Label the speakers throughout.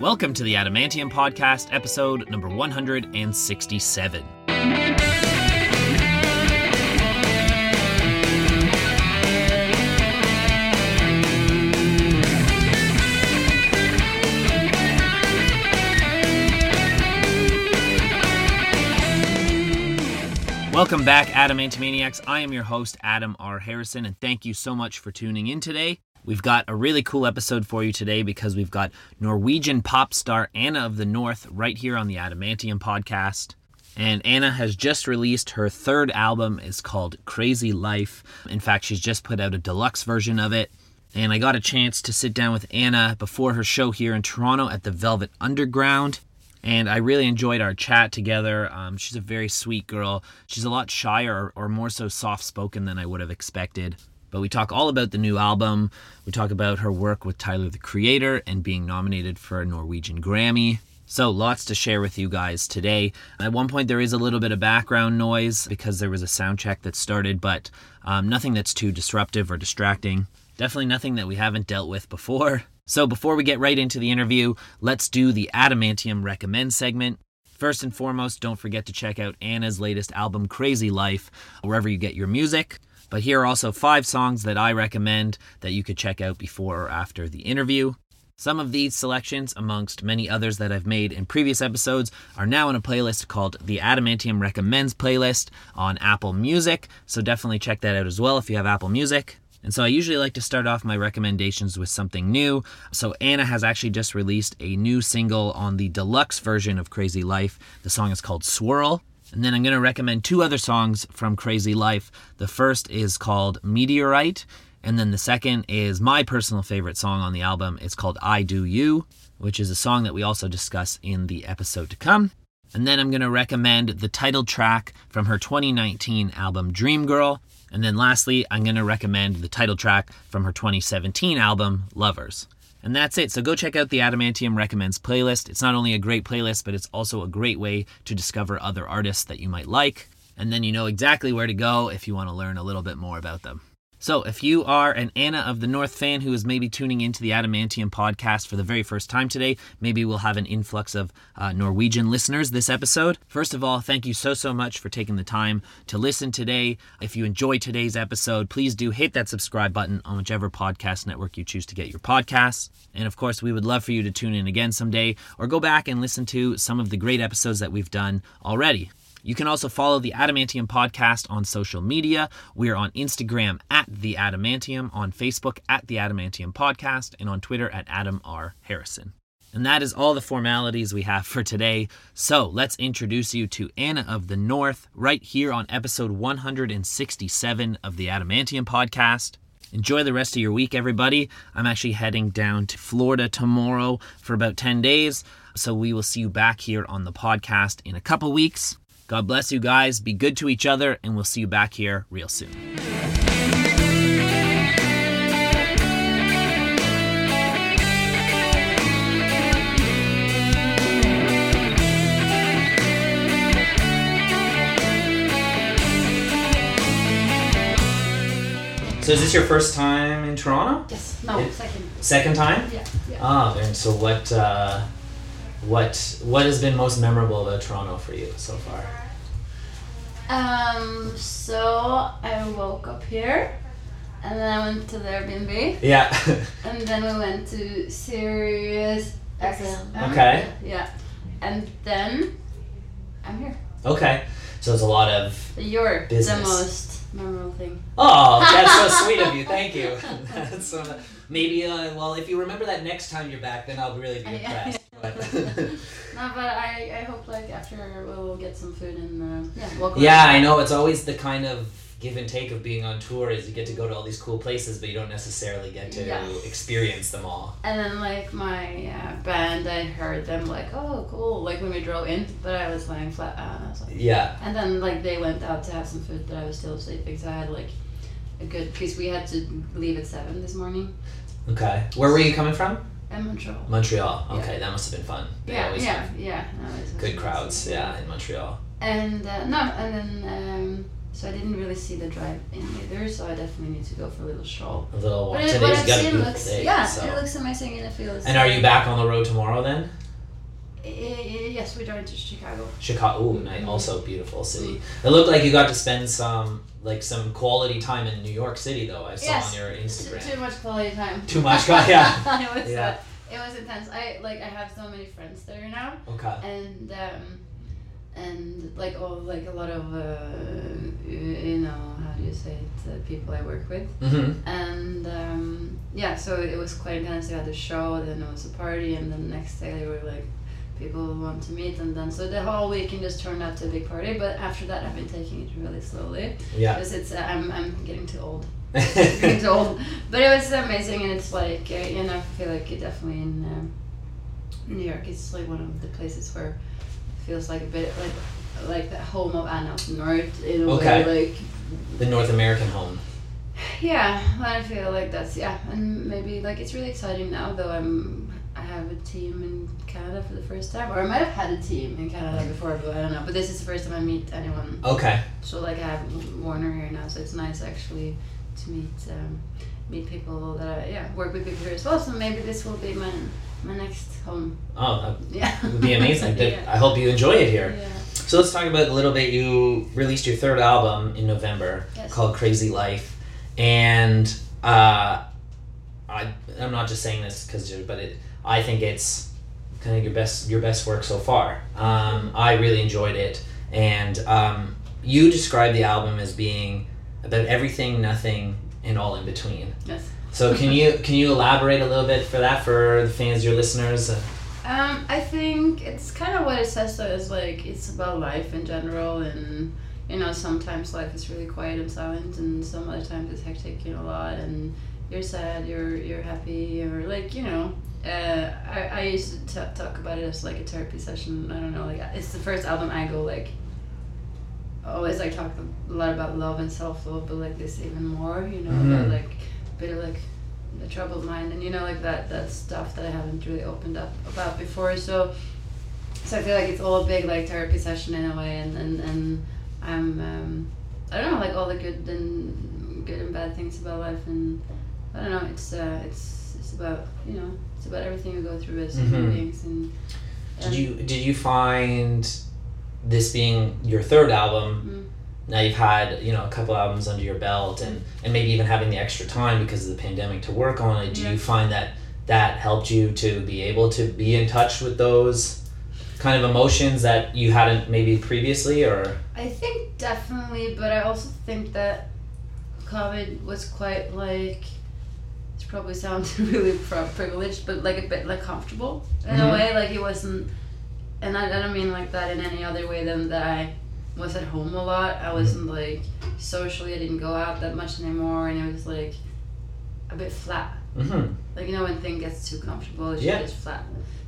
Speaker 1: Welcome to the Adamantium Podcast, episode number 167. Welcome back, Adamantomaniacs. I am your host, Adam R. Harrison, and thank you so much for tuning in today. We've got a really cool episode for you today because we've got Norwegian pop star Anna of the North right here on the Adamantium podcast. And Anna has just released her third album. It's called Crazy Life. In fact, she's just put out a deluxe version of it. And I got a chance to sit down with Anna before her show here in Toronto at the Velvet Underground and I really enjoyed our chat together. Um, she's a very sweet girl. She's a lot shyer or, or more so soft spoken than I would have expected. But we talk all about the new album. We talk about her work with Tyler the Creator and being nominated for a Norwegian Grammy. So, lots to share with you guys today. At one point, there is a little bit of background noise because there was a sound check that started, but um, nothing that's too disruptive or distracting. Definitely nothing that we haven't dealt with before. So, before we get right into the interview, let's do the Adamantium Recommend segment. First and foremost, don't forget to check out Anna's latest album, Crazy Life, wherever you get your music. But here are also five songs that I recommend that you could check out before or after the interview. Some of these selections, amongst many others that I've made in previous episodes, are now in a playlist called the Adamantium Recommends playlist on Apple Music. So definitely check that out as well if you have Apple Music. And so I usually like to start off my recommendations with something new. So Anna has actually just released a new single on the deluxe version of Crazy Life. The song is called Swirl. And then I'm going to recommend two other songs from Crazy Life. The first is called Meteorite. And then the second is my personal favorite song on the album. It's called I Do You, which is a song that we also discuss in the episode to come. And then I'm going to recommend the title track from her 2019 album Dream Girl. And then lastly, I'm going to recommend the title track from her 2017 album Lovers. And that's it. So go check out the Adamantium Recommends playlist. It's not only a great playlist, but it's also a great way to discover other artists that you might like. And then you know exactly where to go if you want to learn a little bit more about them. So, if you are an Anna of the North fan who is maybe tuning into the Adamantium podcast for the very first time today, maybe we'll have an influx of uh, Norwegian listeners this episode. First of all, thank you so, so much for taking the time to listen today. If you enjoyed today's episode, please do hit that subscribe button on whichever podcast network you choose to get your podcasts. And of course, we would love for you to tune in again someday or go back and listen to some of the great episodes that we've done already. You can also follow the Adamantium podcast on social media. We are on Instagram at the Adamantium, on Facebook at the Adamantium podcast, and on Twitter at Adam R. Harrison. And that is all the formalities we have for today. So let's introduce you to Anna of the North right here on episode 167 of the Adamantium podcast. Enjoy the rest of your week, everybody. I'm actually heading down to Florida tomorrow for about 10 days. So we will see you back here on the podcast in a couple weeks. God bless you guys. Be good to each other, and we'll see you back here real soon. So is this your first time in Toronto?
Speaker 2: Yes, no,
Speaker 1: Yeah.
Speaker 2: second.
Speaker 1: Second time?
Speaker 2: Yeah, yeah.
Speaker 1: Ah, and so what? Uh, what? What has been most memorable about Toronto for you so far?
Speaker 2: Um, so I woke up here, and then I went to the Airbnb,
Speaker 1: Yeah.
Speaker 2: and then we went to Sirius XM.
Speaker 1: okay.
Speaker 2: Yeah, and then I'm here.
Speaker 1: Okay. So it's a lot of.
Speaker 2: You're
Speaker 1: Business.
Speaker 2: the most memorable thing.
Speaker 1: Oh, that's so sweet of you. Thank you. That's so, maybe. Uh, well, if you remember that next time you're back, then I'll really be
Speaker 2: Yeah.
Speaker 1: impressed. But-
Speaker 2: No, but I, I hope like after we'll get some food and uh, yeah, walk around.
Speaker 1: Yeah, I know. It's always the kind of give and take of being on tour is you get to go to all these cool places, but you don't necessarily get to
Speaker 2: Yeah.
Speaker 1: experience them all.
Speaker 2: And then like my uh, band, I heard them like, oh cool, like when we drove in, but I was lying flat uh, out. And I was like,
Speaker 1: Yeah.
Speaker 2: And then like they went out to have some food, but I was still sleeping, so I had like a good because we had to leave at seven this morning.
Speaker 1: Okay. Where were you coming from?
Speaker 2: I'm in trouble.
Speaker 1: Montreal.
Speaker 2: Yeah.
Speaker 1: Okay, that must have been fun. They
Speaker 2: yeah,
Speaker 1: always
Speaker 2: yeah,
Speaker 1: have
Speaker 2: yeah. no, it was-
Speaker 1: good crowds. Yeah, in Montreal.
Speaker 2: And uh, no, and then um, So I didn't really see the drive in either. So I definitely need to go for a little stroll.
Speaker 1: A little walk.
Speaker 2: But it, what
Speaker 1: Today's
Speaker 2: I've
Speaker 1: got a
Speaker 2: seen
Speaker 1: good
Speaker 2: looks,
Speaker 1: day.
Speaker 2: yeah,
Speaker 1: so.
Speaker 2: it looks amazing and it feels.
Speaker 1: and are you back on the road tomorrow then?
Speaker 2: Eh, eh, yes, we're going to Chicago.
Speaker 1: Chicago, ooh, nice,
Speaker 2: Mm-hmm.
Speaker 1: also beautiful city. It looked like you got to spend some like some quality time in New York City though. I saw
Speaker 2: Yes.
Speaker 1: on your
Speaker 2: Too,
Speaker 1: Instagram.
Speaker 2: too much quality time.
Speaker 1: Too much qual- yeah.
Speaker 2: it was.
Speaker 1: Yeah.
Speaker 2: Uh, it was intense. I like. I have so many friends there now,
Speaker 1: Okay.
Speaker 2: and um, and like all like a lot of uh, you know how do you say it? Uh, people I work with.
Speaker 1: Mm-hmm.
Speaker 2: and um, yeah, so it was quite intense. We had the show, then it was a party, and then the next day they were like, people want to meet, and then so the whole weekend just turned out to a big party. But after that, I've been taking it really slowly
Speaker 1: Yeah.
Speaker 2: because it's uh, I'm I'm getting too old. Getting too old. But it was amazing, and it's like uh, you know I feel like it definitely in um, New York it's like one of the places where it feels like a bit like like the home of Anna of North in a
Speaker 1: Okay.
Speaker 2: way like
Speaker 1: the North American home.
Speaker 2: yeah, I feel like that's yeah, and maybe like it's really exciting now though. I'm I have a team in Canada for the first time, or I might have had a team in Canada before, but I don't know. But this is the first time I meet anyone.
Speaker 1: Okay.
Speaker 2: So like I have Warner here now, so it's nice actually to meet um, meet people that I yeah work with people here as well. So maybe this will be my my next home.
Speaker 1: Oh,
Speaker 2: Yeah,
Speaker 1: that would be amazing. That-
Speaker 2: yeah.
Speaker 1: I hope you enjoy it here.
Speaker 2: yeah.
Speaker 1: So let's talk about a little bit. You released your third album in November
Speaker 2: Yes.
Speaker 1: called Crazy Life, and uh, I I'm not just saying this because but it I think it's kind of your best your best work so far. Um, I really enjoyed it, and um, you describe the album as being about everything, nothing, and all in between.
Speaker 2: Yes.
Speaker 1: So can you can you elaborate a little bit for that for the fans, your listeners? uh,
Speaker 2: Um, I think it's kind of what it says though is like it's about life in general, and you know sometimes life is really quiet and silent, and some other times it's hectic and a lot, and you're sad, you're you're happy, or like you know. Uh, I, I used to t- talk about it as like a therapy session. I don't know, like it's the first album I go like. Always like talk a lot about love and self love, but like this even more, you know, about
Speaker 1: Mhm.
Speaker 2: like bit of like the troubled mind and you know like that that stuff that I haven't really opened up about before so so I feel like it's all a big like therapy session in a way and and, and I'm um, I don't know like all the good and good and bad things about life and I don't know it's uh, it's it's about you know it's about everything we go through as human
Speaker 1: Mhm.
Speaker 2: beings and
Speaker 1: Did you did you find this being your third album?
Speaker 2: Mm-hmm.
Speaker 1: Now you've had you know a couple albums under your belt, and and maybe even having the extra time because of the pandemic to work on it. Do
Speaker 2: Yeah.
Speaker 1: you find that that helped you to be able to be in touch with those kind of emotions that you hadn't maybe previously, or
Speaker 2: I think definitely, but I also think that COVID was quite like it probably sounds really pro- privileged, but like a bit like comfortable in
Speaker 1: Mhm.
Speaker 2: a way. Like it wasn't, and I, I don't mean like that in any other way than that I was at home a lot. I wasn't like socially, I didn't go out that much anymore, and it was like a bit flat.
Speaker 1: mm-hmm.
Speaker 2: Like you know when thing gets too comfortable, it's
Speaker 1: Yeah.
Speaker 2: just flat.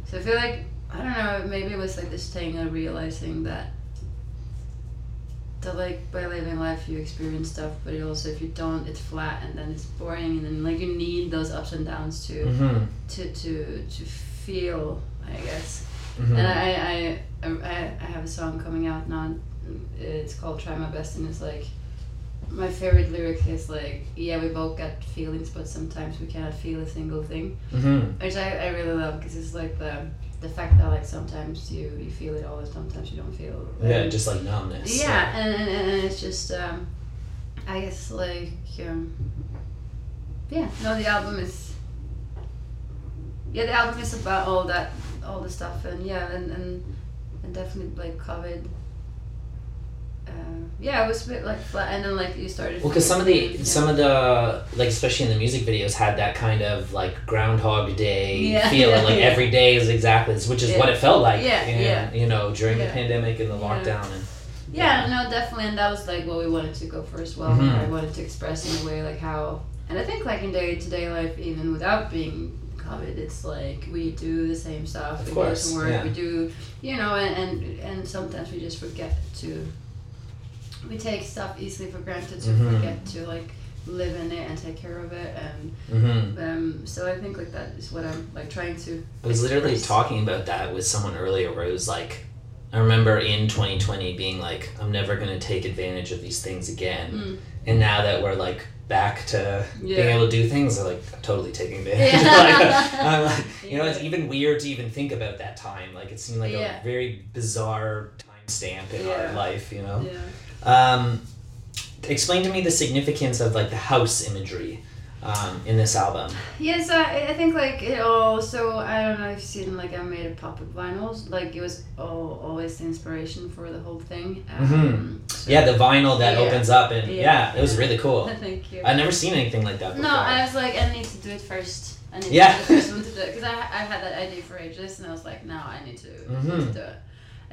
Speaker 2: So I feel like I don't know. Maybe it was like this thing of realizing that that like by living life you experience stuff, but it also if you don't, it's flat and then it's boring and then like you need those ups and downs to
Speaker 1: Mm-hmm.
Speaker 2: to to to feel. I guess.
Speaker 1: Mm-hmm.
Speaker 2: And I I, I I I have a song coming out now. It's called "Try My Best" and it's like. My favorite lyric is like, "Yeah, we both got feelings, but sometimes we cannot feel a single thing."
Speaker 1: mm-hmm.
Speaker 2: which I, I really love because it's like the the fact that like sometimes you you feel it all and sometimes you don't feel it.
Speaker 1: Yeah, just like numbness.
Speaker 2: yeah and, and, and it's just um I guess like um yeah no the album is yeah the album is about all that all the stuff and yeah and and, and definitely like COVID uh, yeah it was a bit like flat and then like you started
Speaker 1: Well, because some of the
Speaker 2: feeling-
Speaker 1: some of the like especially in the music videos had that kind of like Groundhog Day
Speaker 2: Yeah.
Speaker 1: feeling, like
Speaker 2: Yeah.
Speaker 1: every day is exactly this, which is
Speaker 2: Yeah.
Speaker 1: what it felt like.
Speaker 2: Yeah,
Speaker 1: in-
Speaker 2: yeah.
Speaker 1: You know, during the
Speaker 2: Yeah.
Speaker 1: pandemic and the
Speaker 2: Yeah.
Speaker 1: lockdown, and
Speaker 2: Yeah, no, definitely, and that was like what we wanted to go for as well.
Speaker 1: Mhm.
Speaker 2: I wanted to express in a way like how, and I think like in day to day life, even without being COVID, it's like we do the same stuff.
Speaker 1: Of
Speaker 2: we
Speaker 1: course,
Speaker 2: go to work.
Speaker 1: yeah.
Speaker 2: We do, you know, and, and and sometimes we just forget to. We take stuff easily for granted, so
Speaker 1: Mhm.
Speaker 2: forget to like live in it and take care of it, and
Speaker 1: hmm
Speaker 2: um, so I think like that is what I'm like trying to.
Speaker 1: I was literally
Speaker 2: express.
Speaker 1: talking about that with someone earlier, where it was like, I remember in 2020 being like, I'm never going to take advantage of these things again.
Speaker 2: Mm.
Speaker 1: And now that we're like back to being
Speaker 2: Yeah.
Speaker 1: able to do things, I'm like, I'm totally taking advantage.
Speaker 2: Yeah.
Speaker 1: like, I'm like, you know, it's
Speaker 2: Yeah.
Speaker 1: even weird to even think about that time. Like, it seemed like
Speaker 2: Yeah.
Speaker 1: a very bizarre timestamp in
Speaker 2: Yeah.
Speaker 1: our life, you know?
Speaker 2: Yeah.
Speaker 1: Um, explain to me the significance of like the house imagery um, in this album.
Speaker 2: Yes, I, I think like it all. So I don't know if you've seen like I made a pop-up vinyls. Like it was all, always the inspiration for the whole thing. Um, so-
Speaker 1: Yeah, the vinyl that
Speaker 2: Yeah.
Speaker 1: opens up, and yeah,
Speaker 2: Yeah.
Speaker 1: it was really cool.
Speaker 2: Thank you.
Speaker 1: I've never seen anything like that before.
Speaker 2: No, I was like, I need to do it first. I need
Speaker 1: Yeah.
Speaker 2: to be the first one to do it because I I've had that idea for ages, and I was like, now I need to, I need
Speaker 1: Mhm.
Speaker 2: to do it.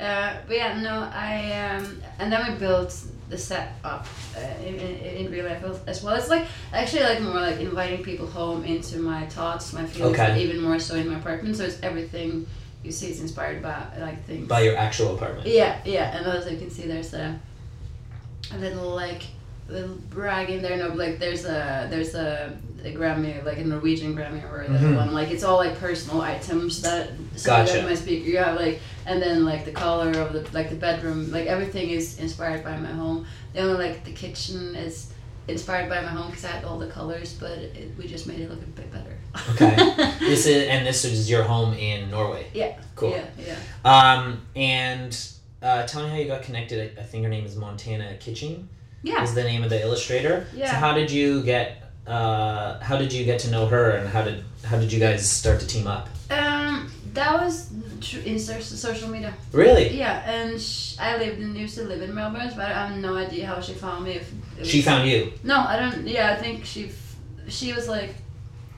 Speaker 2: Uh, but yeah, no, I um, and then we built the set up uh, in, in, in real life as well. It's like actually like more like inviting people home into my thoughts, my feelings,
Speaker 1: Okay.
Speaker 2: but even more so in my apartment. So it's everything you see is inspired by like things.
Speaker 1: By your actual apartment.
Speaker 2: Yeah, yeah, and as you can see, there's a, a little like little brag in there. No, like there's a there's a, a Grammy, like a Norwegian Grammy or the
Speaker 1: Mhm.
Speaker 2: one. Like it's all like personal items that so
Speaker 1: Gotcha.
Speaker 2: that my speaker. You have like and then like the color of the like the bedroom, like everything is inspired by my home. The only like the kitchen is. Inspired by my home because I had all the colors, but it, we just made it look a bit better.
Speaker 1: Okay. This is and this is your home in Norway.
Speaker 2: Yeah.
Speaker 1: Cool.
Speaker 2: Yeah, yeah.
Speaker 1: Um and uh, tell me how you got connected. I I think her name is Montana Kitching.
Speaker 2: Yeah.
Speaker 1: Is the name of the illustrator. So
Speaker 2: Yeah.
Speaker 1: how did you get? Uh, how did you get to know her, and how did how did you guys start to team up?
Speaker 2: Um, that was tr- in so- social media.
Speaker 1: Really?
Speaker 2: Yeah, and sh- I lived in used to live in Melbourne, but I have no idea how she found me. If it
Speaker 1: She
Speaker 2: was-
Speaker 1: found you.
Speaker 2: no, I don't. Yeah, I think she f- she was like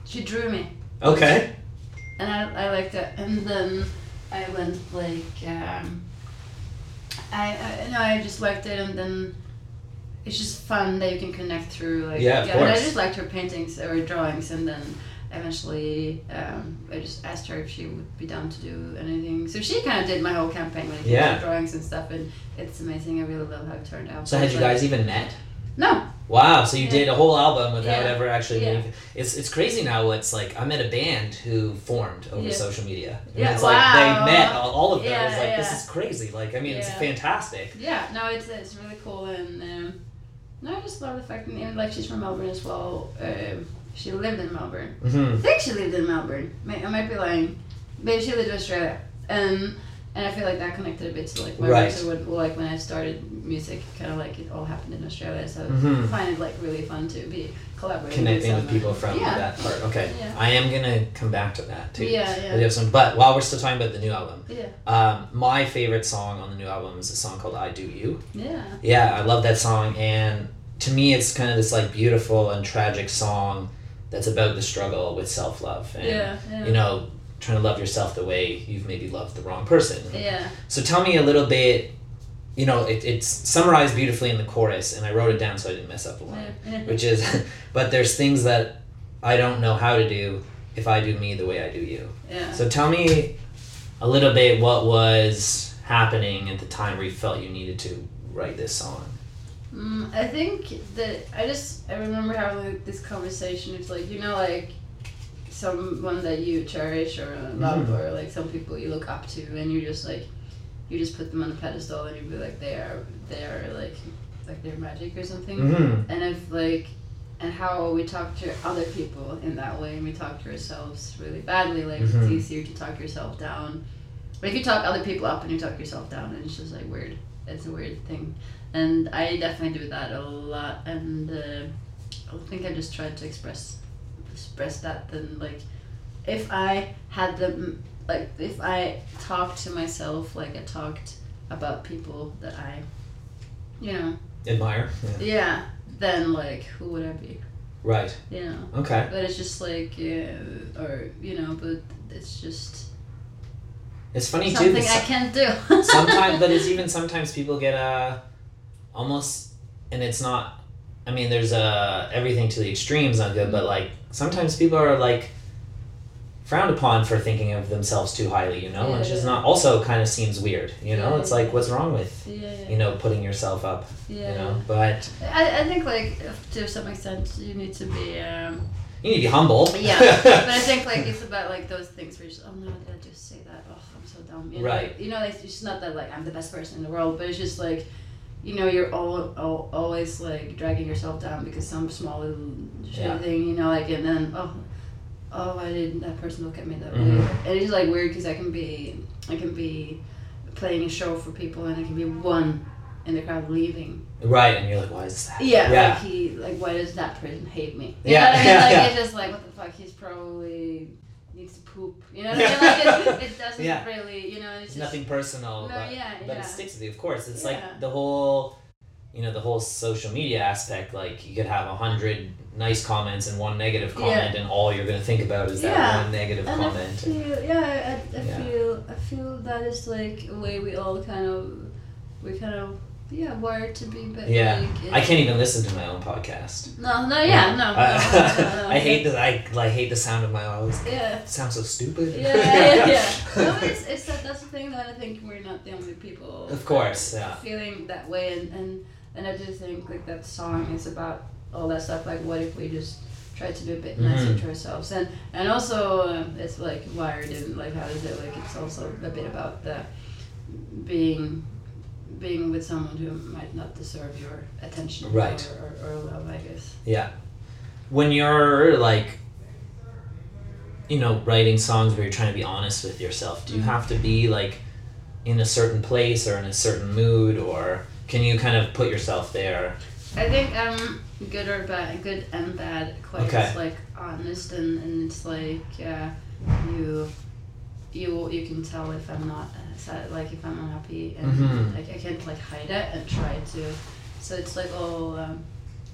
Speaker 2: she drew me,
Speaker 1: Okay.
Speaker 2: and I I liked it, and then I went like um, I, I no I just liked it, and then. It's just fun that you can connect through like
Speaker 1: Yeah, of
Speaker 2: but I
Speaker 1: course.
Speaker 2: just liked her paintings or drawings, and then eventually um, I just asked her if she would be down to do anything. So she kind of did my whole campaign when it came
Speaker 1: Yeah.
Speaker 2: to drawings and stuff, and it's amazing. I really love how it turned out.
Speaker 1: So had you
Speaker 2: But-
Speaker 1: guys even met?
Speaker 2: No.
Speaker 1: Wow, so you
Speaker 2: Yeah.
Speaker 1: did a whole album without
Speaker 2: Yeah.
Speaker 1: ever actually
Speaker 2: Yeah.
Speaker 1: meeting. It's it's crazy now. It's like I met a band who formed over
Speaker 2: Yeah.
Speaker 1: social media. And
Speaker 2: Yeah,
Speaker 1: It's like
Speaker 2: wow.
Speaker 1: they met all, all of them.
Speaker 2: Yeah,
Speaker 1: it's like
Speaker 2: yeah.
Speaker 1: this is crazy. Like I mean, it's
Speaker 2: Yeah.
Speaker 1: fantastic.
Speaker 2: Yeah. No. It's it's really cool, and um, no, I just love the fact that even like she's from Melbourne as well. Um, she lived in Melbourne.
Speaker 1: Mm-hmm.
Speaker 2: I think she lived in Melbourne. May, I might be lying. Maybe she lived in Australia. Um, and I feel like that connected a bit to like my
Speaker 1: Right.
Speaker 2: roots. So when, well, like when I started music, kind of like it all happened in Australia. So
Speaker 1: Mhm.
Speaker 2: I find it like really fun to be collaborating.
Speaker 1: Connecting with
Speaker 2: someone.
Speaker 1: people from
Speaker 2: yeah.
Speaker 1: that part. Okay,
Speaker 2: Yeah.
Speaker 1: I am gonna come back to that too.
Speaker 2: Yeah,
Speaker 1: We
Speaker 2: yeah.
Speaker 1: have some- But while we're still talking about the new album,
Speaker 2: Yeah.
Speaker 1: um, my favorite song on the new album is a song called "I Do You."
Speaker 2: Yeah.
Speaker 1: Yeah, I love that song, and to me, it's kind of this like beautiful and tragic song that's about the struggle with self love and
Speaker 2: Yeah. Yeah.
Speaker 1: you know, trying to love yourself the way you've maybe loved the wrong person.
Speaker 2: yeah.
Speaker 1: So tell me a little bit, you know, it, it's summarized beautifully in the chorus, and I wrote it down so I didn't mess up a line,
Speaker 2: yeah.
Speaker 1: which is, but there's things that I don't know how to do if I do me the way I do you.
Speaker 2: Yeah.
Speaker 1: So tell me a little bit what was happening at the time where you felt you needed to write this song.
Speaker 2: Mm, I think that I just I remember having like, this conversation. It's like you know, like someone that you cherish or love,
Speaker 1: Mhm.
Speaker 2: or like some people you look up to, and you just like you just put them on a pedestal, and you be like they are they are like like they're magic or something.
Speaker 1: Mm-hmm.
Speaker 2: And if like and how we talk to other people in that way, and we talk to ourselves really badly. Like
Speaker 1: Mhm.
Speaker 2: it's easier to talk yourself down. But if you talk other people up and you talk yourself down, and it's just like weird. It's a weird thing, and I definitely do that a lot. And uh, I think I just tried to express express that. Then like, if I had the like, if I talked to myself like I talked about people that I, you know,
Speaker 1: Admire. Yeah.
Speaker 2: yeah, then like who would I be?
Speaker 1: Right.
Speaker 2: You know.
Speaker 1: Okay.
Speaker 2: But it's just like, uh, or you know, but it's just
Speaker 1: It's funny too.
Speaker 2: something
Speaker 1: the
Speaker 2: I can't do.
Speaker 1: sometimes but it's even sometimes people get a almost and it's not i mean there's a everything to the extremes not good but like sometimes people are like frowned upon for thinking of themselves too highly you know which is
Speaker 2: Yeah.
Speaker 1: not also kind of seems weird you know
Speaker 2: Yeah.
Speaker 1: it's like what's wrong with
Speaker 2: Yeah,
Speaker 1: you know putting yourself up
Speaker 2: yeah.
Speaker 1: you know but
Speaker 2: I, I think like if- to some extent you need to be. Um,
Speaker 1: you need to be humble
Speaker 2: yeah, but I think like it's about like those things where you're just oh no, did I just say that? Oh, I'm so dumb. You know?
Speaker 1: Right.
Speaker 2: You know, like, it's just not that like I'm the best person in the world, but it's just like, you know, you're all, all, always like dragging yourself down because some small little shitty
Speaker 1: Yeah.
Speaker 2: thing, you know, like, and then oh, oh, why did that person look at me that way?
Speaker 1: Mhm.
Speaker 2: And it's like weird because I can be, I can be playing a show for people, and I can be one in the crowd leaving.
Speaker 1: Right, and you're like, why is that?
Speaker 2: Yeah,
Speaker 1: Yeah.
Speaker 2: like he like why does that person hate me? You
Speaker 1: Yeah,
Speaker 2: know what I mean?
Speaker 1: yeah,
Speaker 2: like
Speaker 1: yeah.
Speaker 2: it's just like what the fuck? He's probably needs to poop. You know what I mean? Like it, it doesn't
Speaker 1: Yeah.
Speaker 2: really, you know, it's
Speaker 1: It's
Speaker 2: just
Speaker 1: nothing personal,
Speaker 2: No,
Speaker 1: but,
Speaker 2: yeah,
Speaker 1: but
Speaker 2: yeah.
Speaker 1: it sticks with you, of course. It's
Speaker 2: Yeah.
Speaker 1: like the whole, you know, the whole social media aspect. Like you could have a hundred nice comments and one negative
Speaker 2: Yeah.
Speaker 1: comment, and all you're gonna think about is that
Speaker 2: Yeah.
Speaker 1: one negative
Speaker 2: And I
Speaker 1: comment.
Speaker 2: feel, yeah, I, I, I
Speaker 1: Yeah.
Speaker 2: feel, I feel that is like a way we all kind of, we kind of, yeah, wired to be. But
Speaker 1: Yeah.
Speaker 2: like, it-
Speaker 1: I can't even listen to my own podcast.
Speaker 2: No, no, yeah, no,
Speaker 1: I,
Speaker 2: Oh, no, no, no, no.
Speaker 1: I hate the I, I hate the sound of my own. It
Speaker 2: Yeah.
Speaker 1: sounds so stupid.
Speaker 2: Yeah, yeah, yeah. no, but it's, it's that, that's the thing that I think we're not the only people.
Speaker 1: Of course, yeah.
Speaker 2: Feeling that way, and, and and I do think like that song is about all that stuff. Like, what if we just try to be a bit nicer
Speaker 1: Mhm.
Speaker 2: to ourselves, and and also uh, it's like wired in like how is it like it's also a bit about the being being with someone who might not deserve your attention
Speaker 1: Right.
Speaker 2: or, or, or love, I guess.
Speaker 1: when you're like you know writing songs where you're trying to be honest with yourself do you
Speaker 2: Mhm.
Speaker 1: have to be like in a certain place or in a certain mood or can you kind of put yourself there
Speaker 2: I think um good or bad, good and bad quite
Speaker 1: Okay.
Speaker 2: is like honest and, and it's like uh, you you you can tell if I'm not uh, sad, like if I'm unhappy and
Speaker 1: Mhm.
Speaker 2: like I can't like hide it and try to so it's like all um,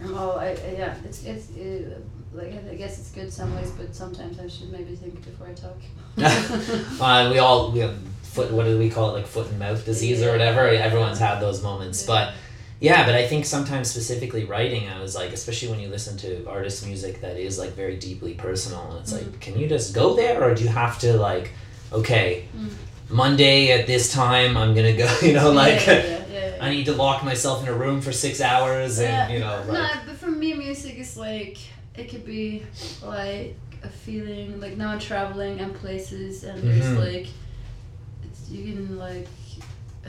Speaker 2: I'm all I, I- yeah it's it's uh, like I guess it's good some ways but sometimes I should maybe think before I talk.
Speaker 1: uh, we all we have foot what do we call it like foot and mouth disease or whatever everyone's had those moments but yeah but i think sometimes specifically writing i was like especially when you listen to artist music that is like very deeply personal and it's
Speaker 2: Mm-hmm.
Speaker 1: like can you just go there or do you have to like okay
Speaker 2: Mm.
Speaker 1: monday at this time i'm gonna go you know like
Speaker 2: yeah, yeah, yeah, yeah.
Speaker 1: i need to lock myself in a room for six hours and
Speaker 2: Yeah.
Speaker 1: you know like
Speaker 2: No, but for me, music is like it could be like a feeling. Like now I'm traveling and places, and there's
Speaker 1: Mhm.
Speaker 2: like it's, you can like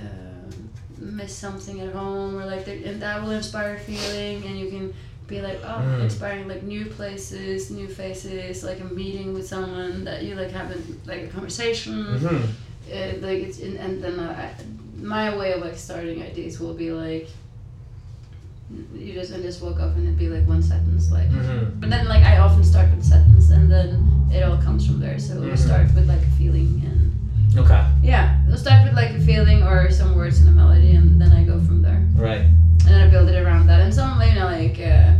Speaker 2: um miss something at home, or like there, and that will inspire a feeling, and you can be like oh
Speaker 1: Mm.
Speaker 2: inspiring like new places new faces like a meeting with someone that you like haven't like a conversation
Speaker 1: mhm.
Speaker 2: uh, like it's in, and then uh, I, my way of like starting ideas will be like you just and just walk off and it'd be like one sentence like
Speaker 1: Mhm.
Speaker 2: but then like I often start with sentence and then it all comes from there so we
Speaker 1: Mhm.
Speaker 2: start with like a feeling and
Speaker 1: okay
Speaker 2: yeah we'll start with like a feeling or some words and a melody and then I go from there
Speaker 1: right
Speaker 2: and then I build it around that and some you know like uh,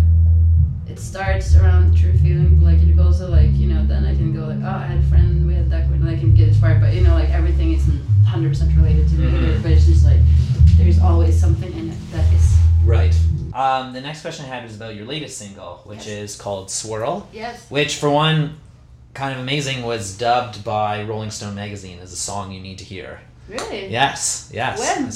Speaker 2: it starts around true feeling but like it goes to like you know then I can go like oh I had a friend we had that and I can get inspired but you know like everything isn't 100% related to the other
Speaker 1: Mhm.
Speaker 2: but it's just like there's always something in it that is
Speaker 1: right um, the next question i had was about your latest single which is called swirl
Speaker 2: yes
Speaker 1: which for one kind of amazing was dubbed by rolling stone magazine as a song you need to hear
Speaker 2: really
Speaker 1: yes yes
Speaker 2: When?